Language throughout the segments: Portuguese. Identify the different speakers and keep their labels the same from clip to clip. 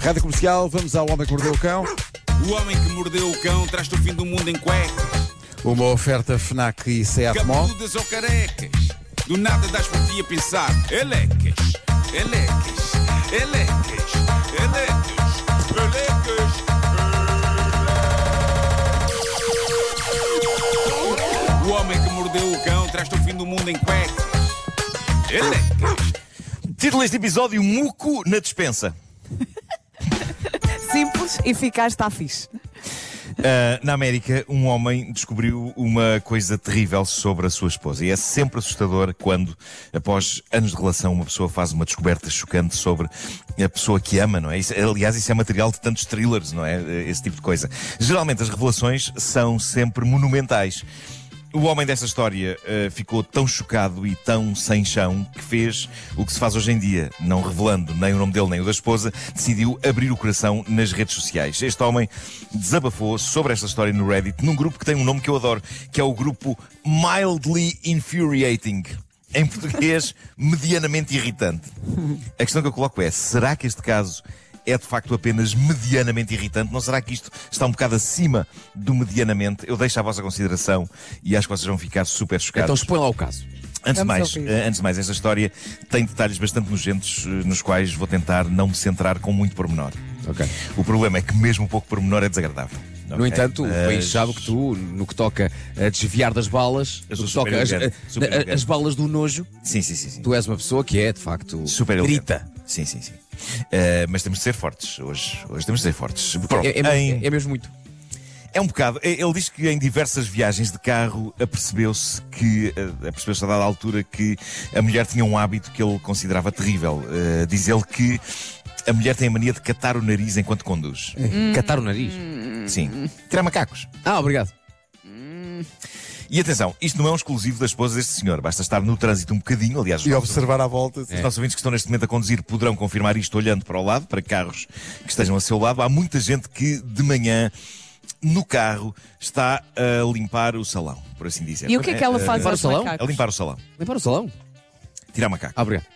Speaker 1: Rádio Comercial, vamos ao Homem que Mordeu o Cão.
Speaker 2: O homem que mordeu o cão traz-te o fim do mundo em cuecas.
Speaker 1: Uma oferta FNAC e SEAT Mó.
Speaker 2: Cabeludas ou carecas. Do nada das por ti a pensar. Elecas, elecas, elecas, elecas, elecas. O homem que mordeu o cão traz-te o fim do mundo em cuecas. Elecas.
Speaker 3: Título deste episódio: Muco na dispensa.
Speaker 4: Simples, eficaz, está fixe.
Speaker 3: Ah, na América, um homem descobriu uma coisa terrível sobre a sua esposa. E é sempre assustador quando, após anos de relação, uma pessoa faz uma descoberta chocante sobre a pessoa que ama, não é? Isso- aliás, isso é material de tantos thrillers, não é? Esse tipo de coisa. Geralmente, as revelações são sempre monumentais. O homem desta história ah, ficou tão chocado e tão sem chão que fez o que se faz hoje em dia, não revelando nem o nome dele nem o da esposa, decidiu abrir o coração nas redes sociais. Este homem desabafou sobre esta história no Reddit, num grupo que tem um nome que eu adoro, que é o grupo Mildly Infuriating. Em português, medianamente irritante. A questão que eu coloco é: será que este caso é de facto apenas medianamente irritante? Não será que isto está um bocado acima do medianamente? Eu deixo à vossa consideração e acho que vocês vão ficar super
Speaker 5: Então
Speaker 3: chocados.
Speaker 5: expõe lá o caso.
Speaker 3: antes, de
Speaker 4: vamos
Speaker 3: mais,
Speaker 4: ouvir.
Speaker 3: eh, antes de mais, esta história tem detalhes bastante nojentos eh, nos quais vou tentar não me centrar com muito pormenor.
Speaker 5: Ok.
Speaker 3: O problema é que mesmo pouco pormenor é desagradável. Eh,
Speaker 5: No entanto, bem sabe que tu, no que toca a desviar das balas,
Speaker 3: Eu
Speaker 5: no
Speaker 3: sou
Speaker 5: que toca
Speaker 3: super
Speaker 5: as,
Speaker 3: elegante,
Speaker 5: a-
Speaker 3: super
Speaker 5: a-
Speaker 3: elegante.
Speaker 5: as balas do nojo,
Speaker 3: Sim, sim, sim. sim.
Speaker 5: tu és uma pessoa que é, de facto,
Speaker 3: Super
Speaker 5: grita.
Speaker 3: elegante. Sim, sim, sim. Eh, mas temos de ser fortes hoje. Hoje temos de ser fortes. Pronto,
Speaker 5: É, é-
Speaker 3: em-
Speaker 5: é mesmo muito.
Speaker 3: É um bocado. E- Ele diz que em diversas viagens de carro apercebeu-se que, eh, apercebeu-se a dada altura que a mulher tinha um hábito que ele considerava terrível. Eh, diz ele que a mulher tem a mania de catar o nariz enquanto conduz.
Speaker 5: Catar o nariz.
Speaker 3: Sim. Tirar macacos.
Speaker 5: Ah, obrigado.
Speaker 3: E atenção, isto não é um exclusivo da esposa deste senhor. Basta estar no trânsito um bocadinho, aliás, os
Speaker 1: E
Speaker 3: nossos
Speaker 1: observar à volta.
Speaker 3: Os nossos ouvintes que estão neste momento a conduzir poderão confirmar isto olhando para o lado, para carros que estejam a seu lado. Há muita gente que de manhã, no carro, está a limpar o salão, por assim dizer. eh,
Speaker 4: E o que é que ela faz
Speaker 5: Limpar o
Speaker 4: aos
Speaker 5: salão?
Speaker 3: A
Speaker 4: macacos?
Speaker 3: É limpar o salão,
Speaker 5: Limpar o salão?
Speaker 3: tirar macaco.
Speaker 5: Ah, obrigado.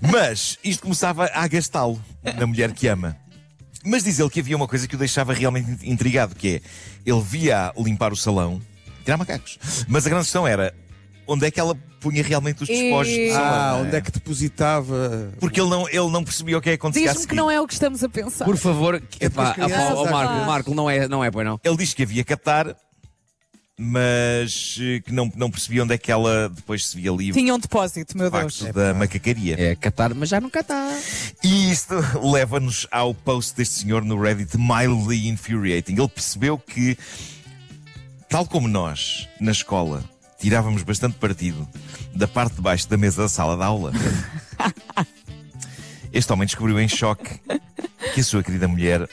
Speaker 3: Mas isto começava a gastá-lo na mulher que ama. Mas diz ele que havia uma coisa que o deixava realmente intrigado, que é ele via limpar o salão, tirar macacos. Mas a grande questão era onde é que ela punha realmente os despojos do
Speaker 4: E-
Speaker 3: salão.
Speaker 1: Ah,
Speaker 3: não é?
Speaker 1: onde é que depositava?
Speaker 3: Porque ele não, ele não percebia o que é que acontecia. a
Speaker 4: Diz-me que
Speaker 3: seguir.
Speaker 4: não é o que estamos a pensar.
Speaker 5: Por favor, que-
Speaker 1: depois
Speaker 5: epá,
Speaker 1: crianças,
Speaker 5: epá, ó,
Speaker 1: acho
Speaker 5: Marco,
Speaker 4: que-
Speaker 5: Marco, não é, não é, pois não.
Speaker 3: Ele diz que havia Qatar, mas eh, que não, não percebia onde é que ela depois se via livre
Speaker 4: Tinha um depósito, meu
Speaker 3: do
Speaker 4: Deus.
Speaker 3: facto da macacaria.
Speaker 5: É catar, mas já nunca está.
Speaker 3: E isto leva-nos ao post deste senhor no Reddit, Mildly Infuriating. Ele percebeu que, tal como nós, na escola, tirávamos bastante partido da parte de baixo da mesa da sala de aula, este homem descobriu em choque que a sua querida mulher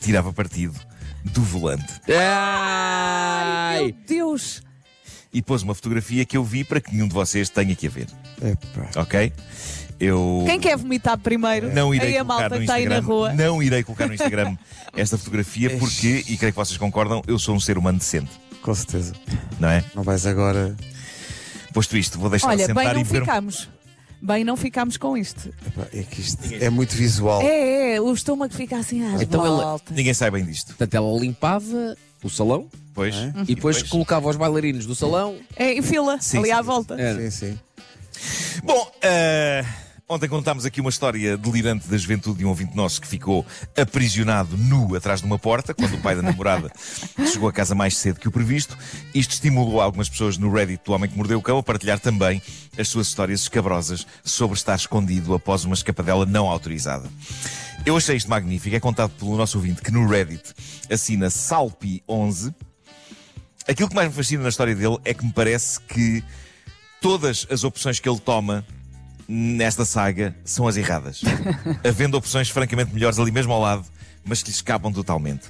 Speaker 3: tirava partido do volante.
Speaker 4: Meu
Speaker 5: Ai!
Speaker 4: Deus!
Speaker 3: e pôs uma fotografia que eu vi para que nenhum de vocês tenha que a ver,
Speaker 1: Epá.
Speaker 3: ok? Eu
Speaker 4: Quem quer vomitar primeiro?
Speaker 3: não
Speaker 4: Aí
Speaker 3: irei
Speaker 4: a
Speaker 3: colocar
Speaker 4: malta
Speaker 3: no
Speaker 4: que está aí
Speaker 3: Instagram,
Speaker 4: na rua.
Speaker 3: não irei colocar no Instagram esta fotografia porque, e creio que vocês concordam, eu sou um ser humano decente,
Speaker 1: Com certeza.
Speaker 3: não é?
Speaker 1: Não vais agora.
Speaker 3: Posto isto, vou deixar
Speaker 4: Olha, bem
Speaker 3: sentar e
Speaker 4: não
Speaker 3: ver. um-
Speaker 4: ficamos. Bem, não ficamos com isto.
Speaker 1: Epá, é que isto é muito visual.
Speaker 4: É, é, o estômago fica assim às
Speaker 5: Então ele-
Speaker 4: voltas.
Speaker 3: Ninguém sai bem disto,
Speaker 5: Portanto, ela limpava o salão
Speaker 3: pois?
Speaker 5: é? Uhum. e depois colocava os bailarinos do salão.
Speaker 4: É, em fila,
Speaker 3: Sim,
Speaker 4: ali
Speaker 3: sim, É.
Speaker 4: à
Speaker 3: sim.
Speaker 4: volta.
Speaker 1: Sim, sim.
Speaker 3: Bom, eh, ontem contámos aqui uma história delirante da juventude de um ouvinte nosso que ficou aprisionado nu atrás de uma porta, quando o pai da namorada chegou a casa mais cedo que o previsto. Isto estimulou algumas pessoas no Reddit do Homem que Mordeu o Cão a partilhar também as suas histórias escabrosas sobre estar escondido após uma escapadela não autorizada. Eu achei isto magnífico. É contado pelo nosso ouvinte que no Reddit assina Salpi11. Aquilo que mais me fascina na história dele é que me parece que todas as opções que ele toma nesta saga são as erradas. Havendo opções francamente melhores ali mesmo ao lado, mas que lhe escapam totalmente.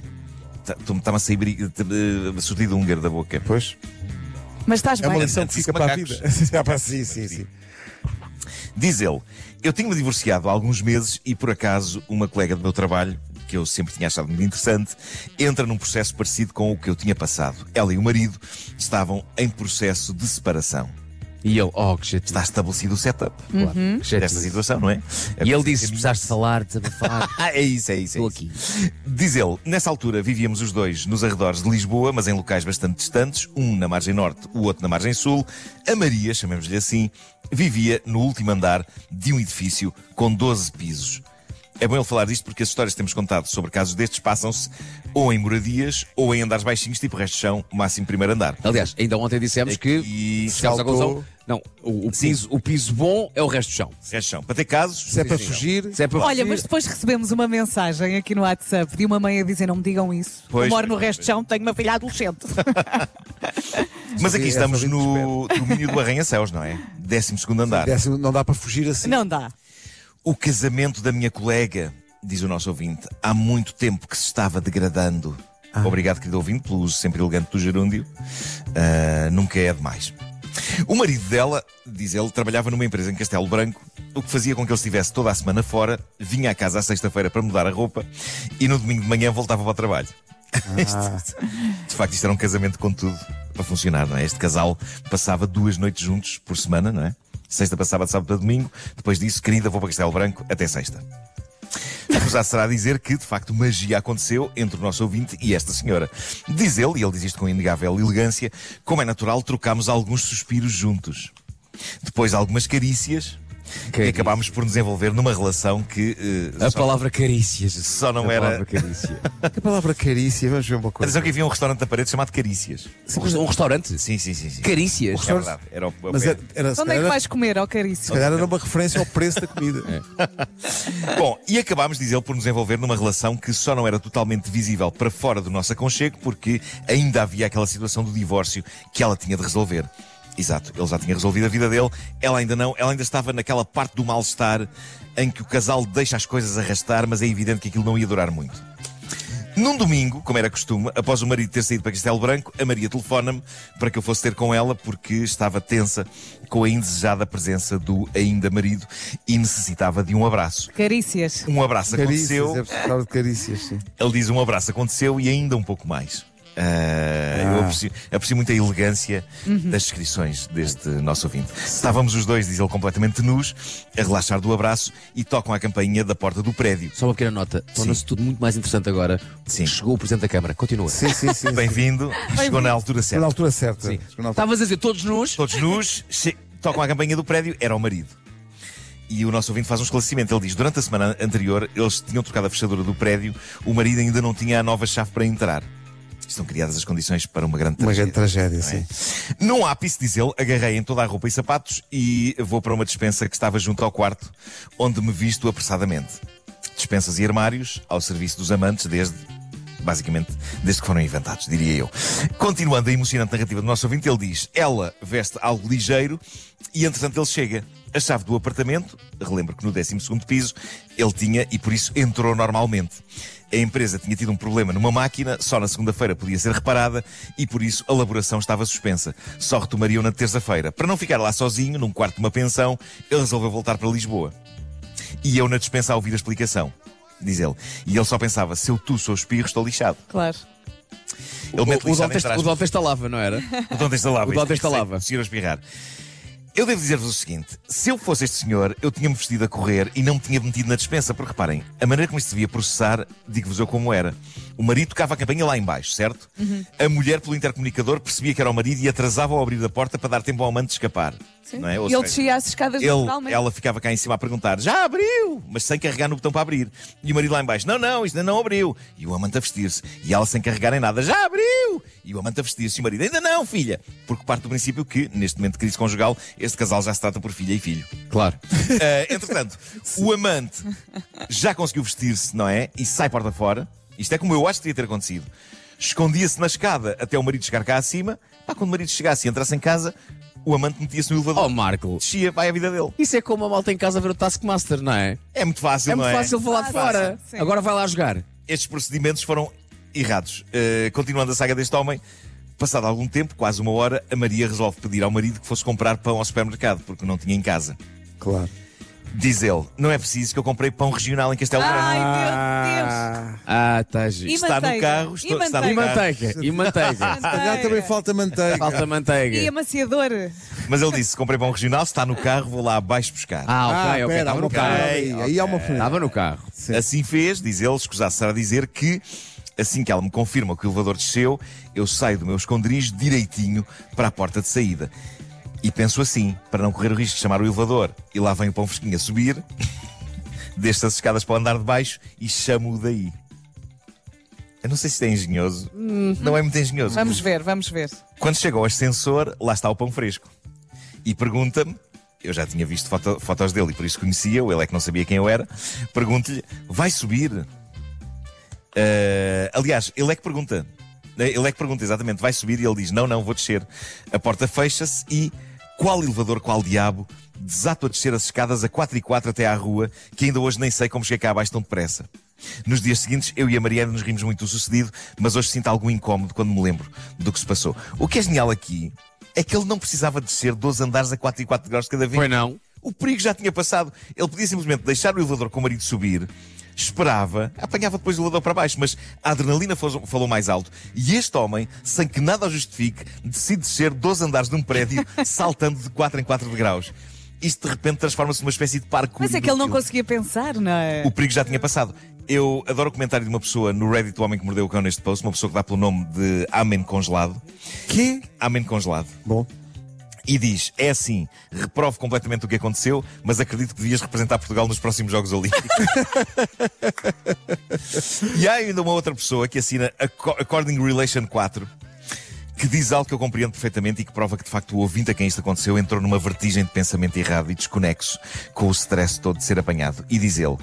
Speaker 3: Tá- tu- Está-me a sair bri- t- eh, surtido húngaro da boca.
Speaker 1: Pois.
Speaker 4: Mas estás
Speaker 1: É uma
Speaker 4: bem.
Speaker 1: lição que fica para a vida. Ah, pá, sim, sim, sim.
Speaker 3: Diz ele: Eu tinha-me divorciado há alguns meses e, por acaso, uma colega do meu trabalho, que eu sempre tinha achado muito interessante, entra num processo parecido com o que eu tinha passado. Ela e o marido estavam em processo de separação.
Speaker 5: E ele, oh, que jeito.
Speaker 3: Está estabelecido o setup
Speaker 5: Claro, que jeito.
Speaker 3: desta situação, não é?
Speaker 5: E ele disse: precisaste falar, desabafar.
Speaker 3: Ah, é isso, é isso. É
Speaker 5: assim. Estou
Speaker 3: isso. Diz ele, nessa altura vivíamos os dois nos arredores de Lisboa, mas em locais bastante distantes, um na margem norte, o outro na margem sul. A Maria, chamemos-lhe assim, vivia no último andar de um edifício com 12 pisos. É bom ele falar disto porque as histórias que temos contado sobre casos destes passam-se ou em moradias ou em andares baixinhos, tipo resto de chão, máximo primeiro andar.
Speaker 5: Aliás, ainda ontem dissemos que.
Speaker 3: Aqui
Speaker 5: chegámos à
Speaker 1: saltou-
Speaker 5: conclusão. Não, o, o piso, o piso bom é o resto do chão.
Speaker 3: Resto de chão. Para ter casos,
Speaker 1: Se é para fugir,
Speaker 5: Se é para
Speaker 4: Olha,
Speaker 5: fugir-
Speaker 4: mas depois recebemos uma mensagem aqui no WhatsApp de uma mãe a dizer: Não me digam isso.
Speaker 3: Pois,
Speaker 4: Eu moro no
Speaker 3: pois,
Speaker 4: resto de chão, tenho uma filha adolescente.
Speaker 3: Mas aqui
Speaker 1: É,
Speaker 3: estamos
Speaker 1: fazemos
Speaker 3: no domínio do arranha-céus, não é? 12 segundo andar.
Speaker 1: décimo, não dá para fugir assim.
Speaker 4: Não dá.
Speaker 3: O casamento da minha colega, diz o nosso ouvinte, há muito tempo que se estava degradando. Obrigado, querido ouvinte, pelo uso sempre elegante do gerúndio. Ah, nunca é demais. O marido dela, diz ele, trabalhava numa empresa em Castelo Branco, o que fazia com que ele estivesse toda a semana fora, vinha à casa à sexta-feira para mudar a roupa e no domingo de manhã voltava para o trabalho. Isto- de facto, isto era um casamento com tudo para funcionar, não é? Este casal passava duas noites juntos por semana, não é? Sexta para sábado, sábado para domingo, depois disso, querida, vou para Castelo Branco até sexta. Apesar será dizer que, de facto, magia aconteceu entre o nosso ouvinte e esta senhora. Diz ele, e ele diz isto com inegável elegância, como é natural, trocámos alguns suspiros juntos. Depois algumas carícias e
Speaker 5: Carícias.
Speaker 3: acabámos por nos envolver numa relação que eh,
Speaker 5: A
Speaker 3: só,
Speaker 5: palavra carícias.
Speaker 3: só não
Speaker 5: a
Speaker 3: era.
Speaker 5: palavra carícia.
Speaker 1: A palavra carícia, vamos ver uma coisa.
Speaker 3: Atenção que havia um restaurante na parede chamado Carícias.
Speaker 5: um restaurante?
Speaker 3: Sim, sim, sim. sim.
Speaker 5: Carícias.
Speaker 3: É verdade. Era o, o
Speaker 1: Mas era, era, se,
Speaker 4: Onde é
Speaker 1: calhar,
Speaker 4: que
Speaker 1: era-
Speaker 4: vais É. comer, ó
Speaker 1: se
Speaker 4: carício?
Speaker 1: calhar era uma referência ao preço da comida.
Speaker 3: Bom, e acabámos, diz ele, por nos envolver numa relação que só não era totalmente visível para fora do nosso aconchego, porque ainda havia aquela situação do divórcio que ela tinha de resolver. Exato, ele já tinha resolvido a vida dele, ela ainda não, ela ainda estava naquela parte do mal-estar em que o casal deixa as coisas arrastar, mas é evidente que aquilo não ia durar muito. Num domingo, como era costume, após o marido ter saído para Castelo Branco, a Maria telefona-me para que eu fosse ter com ela porque estava tensa com a indesejada presença do ainda marido e necessitava de um abraço.
Speaker 4: Carícias.
Speaker 3: Um abraço
Speaker 1: Carícias, é
Speaker 3: aconteceu.
Speaker 1: precisava de carícias, sim.
Speaker 3: Ele diz um abraço aconteceu e ainda um pouco mais. Ah, Eu aprecio, aprecio muito a elegância das descrições deste nosso ouvinte. Estávamos os dois, diz ele, completamente nus, a relaxar do abraço e tocam a campainha da porta do prédio.
Speaker 5: Só uma pequena nota. Torna-se tudo muito mais interessante agora.
Speaker 3: Sim.
Speaker 5: Chegou o Presidente da Câmara. Continua.
Speaker 1: Sim, sim, sim. sim.
Speaker 3: Bem-vindo, chegou na altura
Speaker 1: Chegou Na
Speaker 3: certa.
Speaker 1: altura certa.
Speaker 5: Sim.
Speaker 1: Chegou na
Speaker 4: Tá
Speaker 1: altura-
Speaker 5: Estavas a dizer todos nós.
Speaker 3: Todos nus, che- tocam a campainha do prédio, era o marido. E o nosso ouvinte faz um esclarecimento. Ele diz: durante a semana anterior, eles tinham trocado a fechadura do prédio, o marido ainda não tinha a nova chave para entrar. Estão criadas as condições para uma grande
Speaker 1: Uma grande
Speaker 3: tragédia.
Speaker 1: tragédia,
Speaker 3: não é?
Speaker 1: sim.
Speaker 3: Num ápice, diz ele, agarrei em toda a roupa e sapatos e vou para uma despensa que estava junto ao quarto, onde me visto apressadamente. Despensas e armários ao serviço dos amantes desde, basicamente, desde que foram inventados, diria eu. Continuando a emocionante narrativa do nosso ouvinte, ele diz: ela veste algo ligeiro e, entretanto, ele chega. A chave do apartamento, relembro que no 12 piso ele tinha e por isso entrou normalmente. A empresa tinha tido um problema numa máquina, só na segunda-feira podia ser reparada e por isso a elaboração estava suspensa. Só retomariam na terça-feira. Para não ficar lá sozinho, num quarto de uma pensão, ele resolveu voltar para Lisboa. E eu na dispensa a ouvir a explicação, diz ele. E ele só pensava: se eu tu sou espirro, estou lixado.
Speaker 4: Claro.
Speaker 3: Ele
Speaker 5: O-
Speaker 3: mete
Speaker 5: o
Speaker 3: lixado
Speaker 5: Dante-
Speaker 3: entre aspas.
Speaker 5: o Dante estalava, não era?
Speaker 3: O Dom desta lava.
Speaker 5: O Dom desta lava.
Speaker 3: Conseguiram espirrar. Eu devo dizer-vos o seguinte: se eu fosse este senhor, eu tinha-me vestido a correr e não me tinha metido na dispensa, porque reparem, a maneira como isto devia processar, digo-vos eu como era. O marido tocava a campanha lá em baixo, certo?
Speaker 4: Uhum.
Speaker 3: A mulher, pelo intercomunicador, percebia que era o marido e atrasava ao abrir a porta para dar tempo ao amante de escapar. Não é? Ou
Speaker 4: E ele
Speaker 3: seja,
Speaker 4: descia as escadas
Speaker 3: ele-
Speaker 4: naturalmente.
Speaker 3: ela ficava cá em cima a perguntar: já abriu? Mas sem carregar no botão para abrir. E o marido lá em baixo: não, não, isto ainda não abriu. E o amante a vestir-se. E ela sem carregar em nada: já abriu? E o amante a vestir-se. E o marido: ainda não, filha. Porque parte do princípio que, neste momento de crise conjugal, este casal já se trata por filha e filho.
Speaker 5: Claro.
Speaker 3: Ah, entretanto, o amante já conseguiu vestir-se, não é? E sai porta fora. Isto é como eu acho que devia ter acontecido. Escondia-se na escada até o marido chegar cá acima. Pá, quando o marido chegasse e entrasse em casa, o amante metia-se no elevador.
Speaker 5: Oh, Marco.
Speaker 3: Descia, vai à vida dele.
Speaker 5: Isso é como a malta em casa ver o Taskmaster, não é?
Speaker 3: É muito fácil,
Speaker 5: É
Speaker 3: não
Speaker 5: muito fácil falar de
Speaker 4: Fácil,
Speaker 5: fora.
Speaker 4: sim.
Speaker 5: Agora vai lá jogar.
Speaker 3: Estes procedimentos foram errados. Uh, continuando a saga deste homem, passado algum tempo, quase uma hora, a Maria resolve pedir ao marido que fosse comprar pão ao supermercado, porque não tinha em casa.
Speaker 1: Claro.
Speaker 3: Diz ele, não é preciso que eu comprei pão regional em Castelo Branco.
Speaker 4: Ai, meu Deus.
Speaker 1: Ah,
Speaker 5: Ah, está giro.
Speaker 4: E
Speaker 3: Está no
Speaker 4: manteiga?
Speaker 3: carro,
Speaker 4: E
Speaker 3: estou- está
Speaker 5: E
Speaker 3: no
Speaker 4: manteiga?
Speaker 3: carro.
Speaker 5: manteiga, e manteiga.
Speaker 1: Se calhar Ah, também
Speaker 4: Ah,
Speaker 1: falta manteiga.
Speaker 5: Falta
Speaker 4: E
Speaker 5: manteiga.
Speaker 4: amaciador.
Speaker 3: Mas ele disse: comprei pão regional, se está no carro, vou lá abaixo buscar.
Speaker 5: Ah, ok,
Speaker 1: Ah,
Speaker 5: ok,
Speaker 1: pera,
Speaker 5: estava
Speaker 1: há
Speaker 5: no
Speaker 1: uma
Speaker 5: carro.
Speaker 1: panela aí.
Speaker 3: Ok,
Speaker 1: Aí há uma panela.
Speaker 5: Estava no carro.
Speaker 1: Sim.
Speaker 3: Assim fez, diz ele, escusar-se será dizer que assim que ela me confirma que o elevador desceu, eu saio do meu esconderijo direitinho para a porta de saída. E penso assim, para não correr o risco de chamar o elevador. E lá vem o pão fresquinho a subir, deixo as escadas para o andar de baixo e chamo-o daí. Eu não sei se isto é engenhoso. Não é muito engenhoso.
Speaker 4: Vamos ver, vamos ver.
Speaker 3: Quando chega ao ascensor, lá está o pão fresco. E pergunta-me, eu já tinha visto foto- fotos dele e por isso conhecia-o, ele é que não sabia quem eu era. Pergunto-lhe, vai subir? Ah, aliás, ele é que pergunta. Ele é que pergunta exatamente, vai subir? E ele diz, não, não, vou descer. A porta fecha-se e, qual elevador, qual diabo, desato a descer as escadas a 4 e 4 até à rua, que ainda hoje nem sei como cheguei cá abaixo tão depressa. Nos dias seguintes, eu e a Mariana nos rimos muito do sucedido, mas hoje sinto algum incómodo quando me lembro do que se passou. O que é genial aqui é que ele não precisava descer 12 andares a 4 e 4 graus cada vez.
Speaker 5: Foi não.
Speaker 3: O perigo já tinha passado. Ele podia simplesmente deixar o elevador com o marido subir, esperava, apanhava depois o elevador para baixo, mas a adrenalina fos- falou mais alto. E este homem, sem que nada o justifique, decide descer 12 andares de um prédio, saltando de 4 em 4 degraus. Isto de repente transforma-se numa espécie de parkour.
Speaker 4: Mas é que ele não
Speaker 3: inútil.
Speaker 4: conseguia pensar, não é?
Speaker 3: O perigo já tinha passado. Eu adoro o comentário de uma pessoa no Reddit, o homem que mordeu o cão neste post, uma pessoa que dá pelo nome de Amen Congelado.
Speaker 1: Quê?
Speaker 3: Amen Congelado.
Speaker 1: Bom,
Speaker 3: E diz: é assim, reprovo completamente o que aconteceu, mas acredito que devias representar Portugal nos próximos Jogos Olímpicos. e há ainda uma outra pessoa que assina Acco- According Relation 4. Que diz algo que eu compreendo perfeitamente e que prova que de facto o ouvinte a quem isto aconteceu entrou numa vertigem de pensamento errado e desconexo com o stress todo de ser apanhado. E diz ele: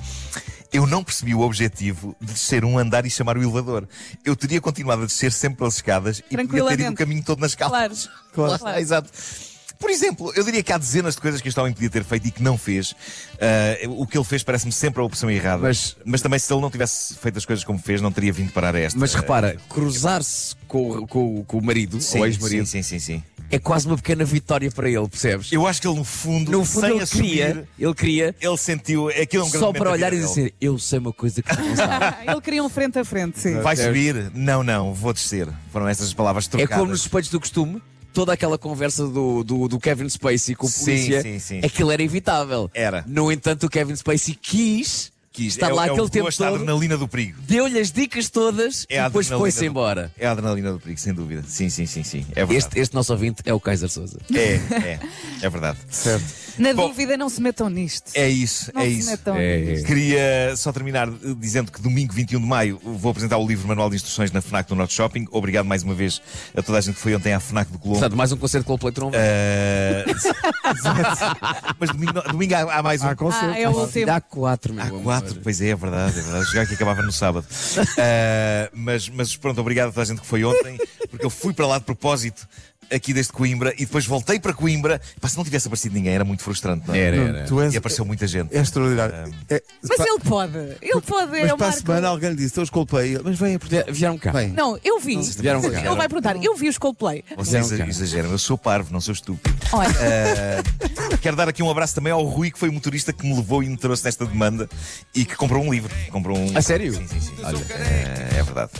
Speaker 3: Eu não percebi o objetivo de descer um andar e chamar o elevador. Eu teria continuado a descer sempre pelas escadas e podia ter ido o
Speaker 4: Tranquilamente.
Speaker 3: caminho todo nas calças.
Speaker 4: Claro.
Speaker 3: Lá está, Ah, exato. Por exemplo, eu diria que há dezenas de coisas que este homem podia ter feito e que não fez. Ah, o que ele fez parece-me sempre a opção errada.
Speaker 5: Mas-
Speaker 3: também se ele não tivesse feito as coisas como fez, não teria vindo parar a esta.
Speaker 5: Mas repara, cruzar-se com, o- com o- com o marido,
Speaker 3: Sim,
Speaker 5: ou ex-marido,
Speaker 3: Sim, sim, sim, sim.
Speaker 5: é quase uma pequena vitória para ele, percebes?
Speaker 3: Eu acho que ele, no fundo,
Speaker 5: no fundo,
Speaker 3: sem
Speaker 5: ele
Speaker 3: assumir,
Speaker 5: queria, ele queria
Speaker 3: ele sentiu. Aquilo é um grande
Speaker 5: só
Speaker 3: momento
Speaker 5: para
Speaker 3: da
Speaker 5: olhar e
Speaker 3: vida dele.
Speaker 5: dizer: assim, Eu sei uma coisa que tu não sabes.
Speaker 4: Ah, ele queria um frente a frente, sim.
Speaker 5: assim,
Speaker 3: Vai subir? Não, não, vou descer. Foram essas as palavras
Speaker 5: É
Speaker 3: trocadas.
Speaker 5: como nos suspeitos do costume, toda aquela conversa do, do, do Kevin Spacey com o
Speaker 3: Sim,
Speaker 5: polícia,
Speaker 3: sim, sim.
Speaker 5: aquilo era evitável.
Speaker 3: Era.
Speaker 5: No entanto, o Kevin Spacey quis,
Speaker 3: Que isto
Speaker 5: estar
Speaker 3: é,
Speaker 5: lá
Speaker 3: é o
Speaker 5: aquele tempo
Speaker 3: gosto, a
Speaker 5: todo,
Speaker 3: adrenalina do perigo.
Speaker 5: deu-lhe as dicas todas
Speaker 3: É
Speaker 5: e
Speaker 3: a
Speaker 5: depois
Speaker 3: adrenalina
Speaker 5: foi-se
Speaker 3: do-
Speaker 5: embora.
Speaker 3: É a adrenalina do perigo, sem dúvida. Sim, sim, sim, sim. É verdade.
Speaker 5: Este, este nosso ouvinte é o Kaiser Souza.
Speaker 3: É, é, é verdade.
Speaker 1: certo.
Speaker 4: Na
Speaker 3: Bom,
Speaker 4: dúvida, não se metam nisto.
Speaker 3: É isso,
Speaker 4: não
Speaker 3: é
Speaker 4: se
Speaker 3: isso.
Speaker 4: metam
Speaker 5: É,
Speaker 4: nisto.
Speaker 3: Queria só terminar eh, dizendo que domingo 21 de maio vou apresentar o livro Manual de Instruções na FNAC do Norte Shopping. Obrigado mais uma vez a toda a gente que foi ontem à FNAC do Colombo.
Speaker 5: Portanto, mais um concerto com o Playtron.
Speaker 3: Eh, Mas domingo, não- domingo há, há mais um.
Speaker 1: Há concerto.
Speaker 4: Ah, é o último.
Speaker 5: Dá quatro, meu
Speaker 3: Há
Speaker 5: amor.
Speaker 3: quatro, pois é, é verdade, é verdade. Jogar que acabava no sábado. Ah, mas, mas pronto, obrigado a toda a gente que foi ontem, porque eu fui para lá de propósito aqui desde Coimbra e depois voltei para Coimbra. Pá, se não tivesse aparecido ninguém, era muito frustrante, não é?
Speaker 5: Era,
Speaker 1: Nuno,
Speaker 5: era.
Speaker 1: tu és,
Speaker 3: E apareceu muita gente.
Speaker 1: é extraordinário. É-
Speaker 4: Mas
Speaker 1: pa-
Speaker 4: ele pode. Ele pode.
Speaker 1: mas
Speaker 4: é o
Speaker 1: para a
Speaker 4: Marco. É.
Speaker 1: semana alguém lhe disse: Estão os Coldplay. Mas vem a Portugal.
Speaker 5: Vie- Vieram cá.
Speaker 1: Vem.
Speaker 4: Não, eu vi.
Speaker 5: Vieram cá.
Speaker 4: Ele vai perguntar. Eu vi os Coldplay.
Speaker 3: Vocês
Speaker 5: Não, cara.
Speaker 3: exageram, eu sou parvo, não sou estúpido.
Speaker 4: Olha,
Speaker 3: Quero dar aqui um abraço também ao Rui, que foi o motorista que me levou e me trouxe nesta demanda e que comprou um livro. Comprou um...
Speaker 5: A sério?
Speaker 3: Sim, sim, sim. Olha, eh, é verdade.